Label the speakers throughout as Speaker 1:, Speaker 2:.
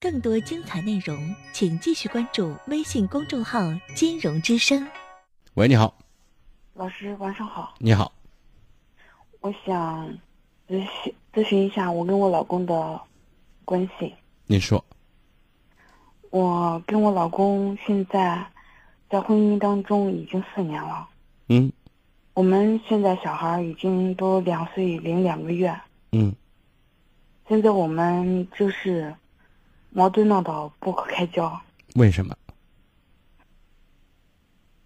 Speaker 1: 更多精彩内容，请继续关注微信公众号“金融之声
Speaker 2: 喂，你好，
Speaker 3: 老师，晚上好，
Speaker 2: 你好，
Speaker 3: 我想咨询咨询一下我跟我老公的关系。
Speaker 2: 您说，
Speaker 3: 我跟我老公现在在婚姻当中已经四年了，
Speaker 2: 嗯
Speaker 3: 我们现在小孩已经都两岁零两个月，
Speaker 2: 嗯
Speaker 3: 现在我们就是矛盾闹到不可开交，
Speaker 2: 为什么？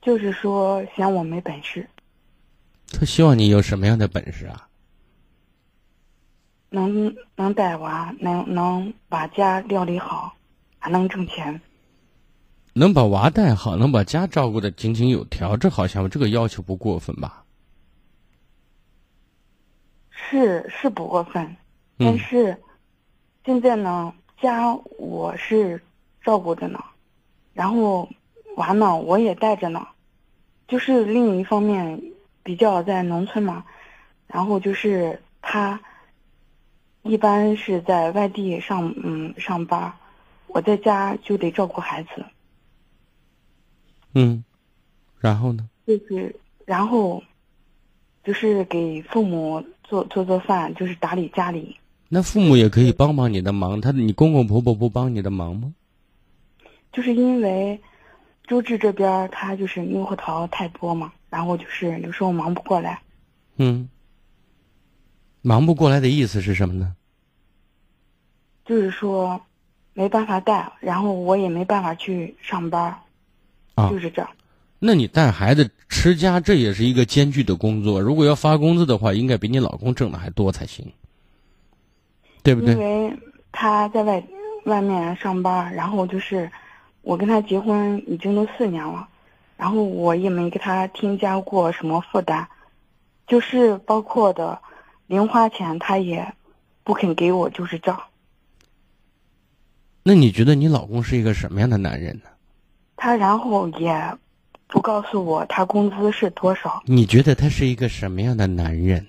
Speaker 3: 就是说嫌我没本事，
Speaker 2: 他希望你有什么样的本事啊？
Speaker 3: 能能带娃，能能把家料理好，还能挣钱。
Speaker 2: 能把娃带好，能把家照顾的井井有条，这好像这个要求不过分吧？
Speaker 3: 是是不过分，
Speaker 2: 嗯
Speaker 3: 但是现在呢，家我是照顾着呢，然后娃呢我也带着呢，就是另一方面比较在农村嘛，然后就是他一般是在外地上嗯上班，我在家就得照顾孩子，
Speaker 2: 嗯，然后呢？
Speaker 3: 就是然后就是给父母做做做饭，就是打理家里。
Speaker 2: 那父母也可以帮帮你的忙，他你公公婆婆不帮你的忙吗？
Speaker 3: 就是因为周至这边儿他就是猕猴桃太多嘛，然后就是有时候忙不过来，
Speaker 2: 嗯，忙不过来的意思是什么呢？
Speaker 3: 就是说没办法带，然后我也没办法去上班儿，
Speaker 2: 啊
Speaker 3: 就是这样。
Speaker 2: 那你带孩子持家，这也是一个艰巨的工作。如果要发工资的话，应该比你老公挣的还多才行，对不
Speaker 3: 因
Speaker 2: 对？
Speaker 3: 为他在外外面上班儿，然后就是我跟他结婚已经都四年了，然后我也没给他添加过什么负担，就是包括的零花钱他也不肯给我，就是这样。
Speaker 2: 那你觉得你老公是一个什么样的男人呢？
Speaker 3: 他然后也不告诉我他工资是多少。
Speaker 2: 你觉得他是一个什么样的男人？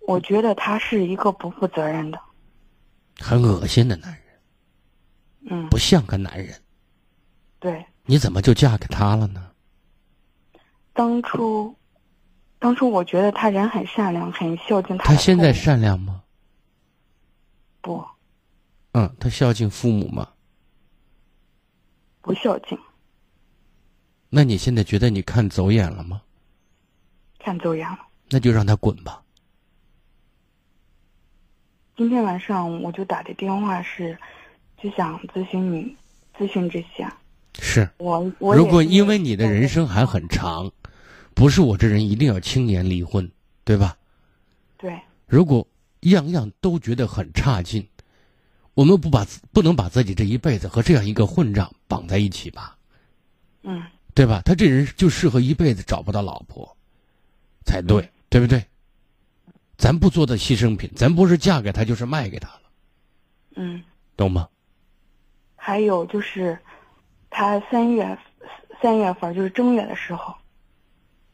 Speaker 3: 我觉得他是一个不负责任的，
Speaker 2: 很恶心的男人，
Speaker 3: 嗯，
Speaker 2: 不像个男人。
Speaker 3: 对。
Speaker 2: 你怎么就嫁给他了呢？
Speaker 3: 当初，当初我觉得他人很善良，很孝敬他
Speaker 2: 他
Speaker 3: 的
Speaker 2: 现在
Speaker 3: 父母
Speaker 2: 善良吗？
Speaker 3: 不
Speaker 2: 嗯，他孝敬父母吗？
Speaker 3: 不孝敬，
Speaker 2: 那你现在觉得你看走眼了吗？
Speaker 3: 看走眼了。
Speaker 2: 那就让他滚吧。
Speaker 3: 今天晚上我就打的电话是，就想咨询你，咨询这些。
Speaker 2: 是，
Speaker 3: 我我
Speaker 2: 如
Speaker 3: 也
Speaker 2: 果
Speaker 3: 是
Speaker 2: 因为你的人生还很长，不是我这人一定要青年离婚，对吧？
Speaker 3: 对
Speaker 2: 如果样样都觉得很差劲，我们不把自不能把自己这一辈子和这样一个混账绑在一起吧，
Speaker 3: 嗯
Speaker 2: 对吧？他这人就适合一辈子找不到老婆，才
Speaker 3: 嗯
Speaker 2: 对，对不对？咱不做的牺牲品，咱不是嫁给他就是卖给他了，
Speaker 3: 嗯。
Speaker 2: 懂吗？
Speaker 3: 还有就是，他三月三月份就是正月的时候，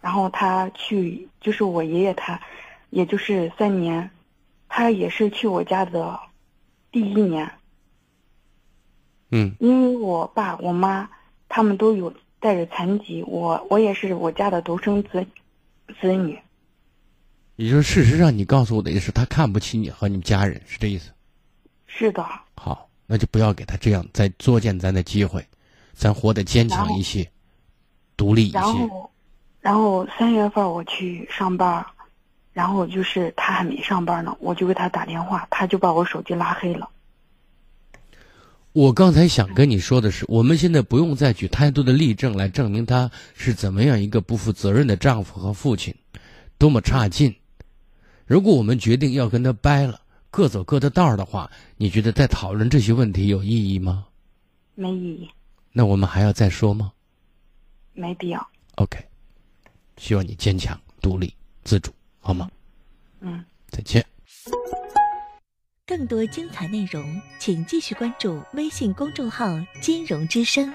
Speaker 3: 然后他去就是我爷爷他，也就是三年，他也是去我家的第一年，
Speaker 2: 嗯
Speaker 3: 因为我爸我妈他们都有带着残疾，我我也是我家的独生子子女，，
Speaker 2: 也就是事实上，你告诉我的意思是他看不起你和你们家人，是这意思？
Speaker 3: 是的，
Speaker 2: 好，那就不要给他这样再作践咱的机会，咱活得坚强一些，独立一
Speaker 3: 然
Speaker 2: 些。
Speaker 3: 后，然后三月份我去上班，然后就是他还没上班呢，我就给他打电话，他就把我手机拉黑了。
Speaker 2: 我刚才想跟你说的是，我们现在不用再举太多的例证来证明他是怎么样一个不负责任的丈夫和父亲，多么差劲。如果我们决定要跟他掰了，各走各的道儿的话，你觉得再讨论这些问题有意义吗？
Speaker 3: 没意义，
Speaker 2: 那我们还要再说吗
Speaker 3: 没必要。
Speaker 2: ？OK，希望你坚强、独立、自主，好吗？
Speaker 3: 嗯。
Speaker 2: 再见。”。
Speaker 1: 更多精彩内容，请继续关注微信公众号“金融之声”。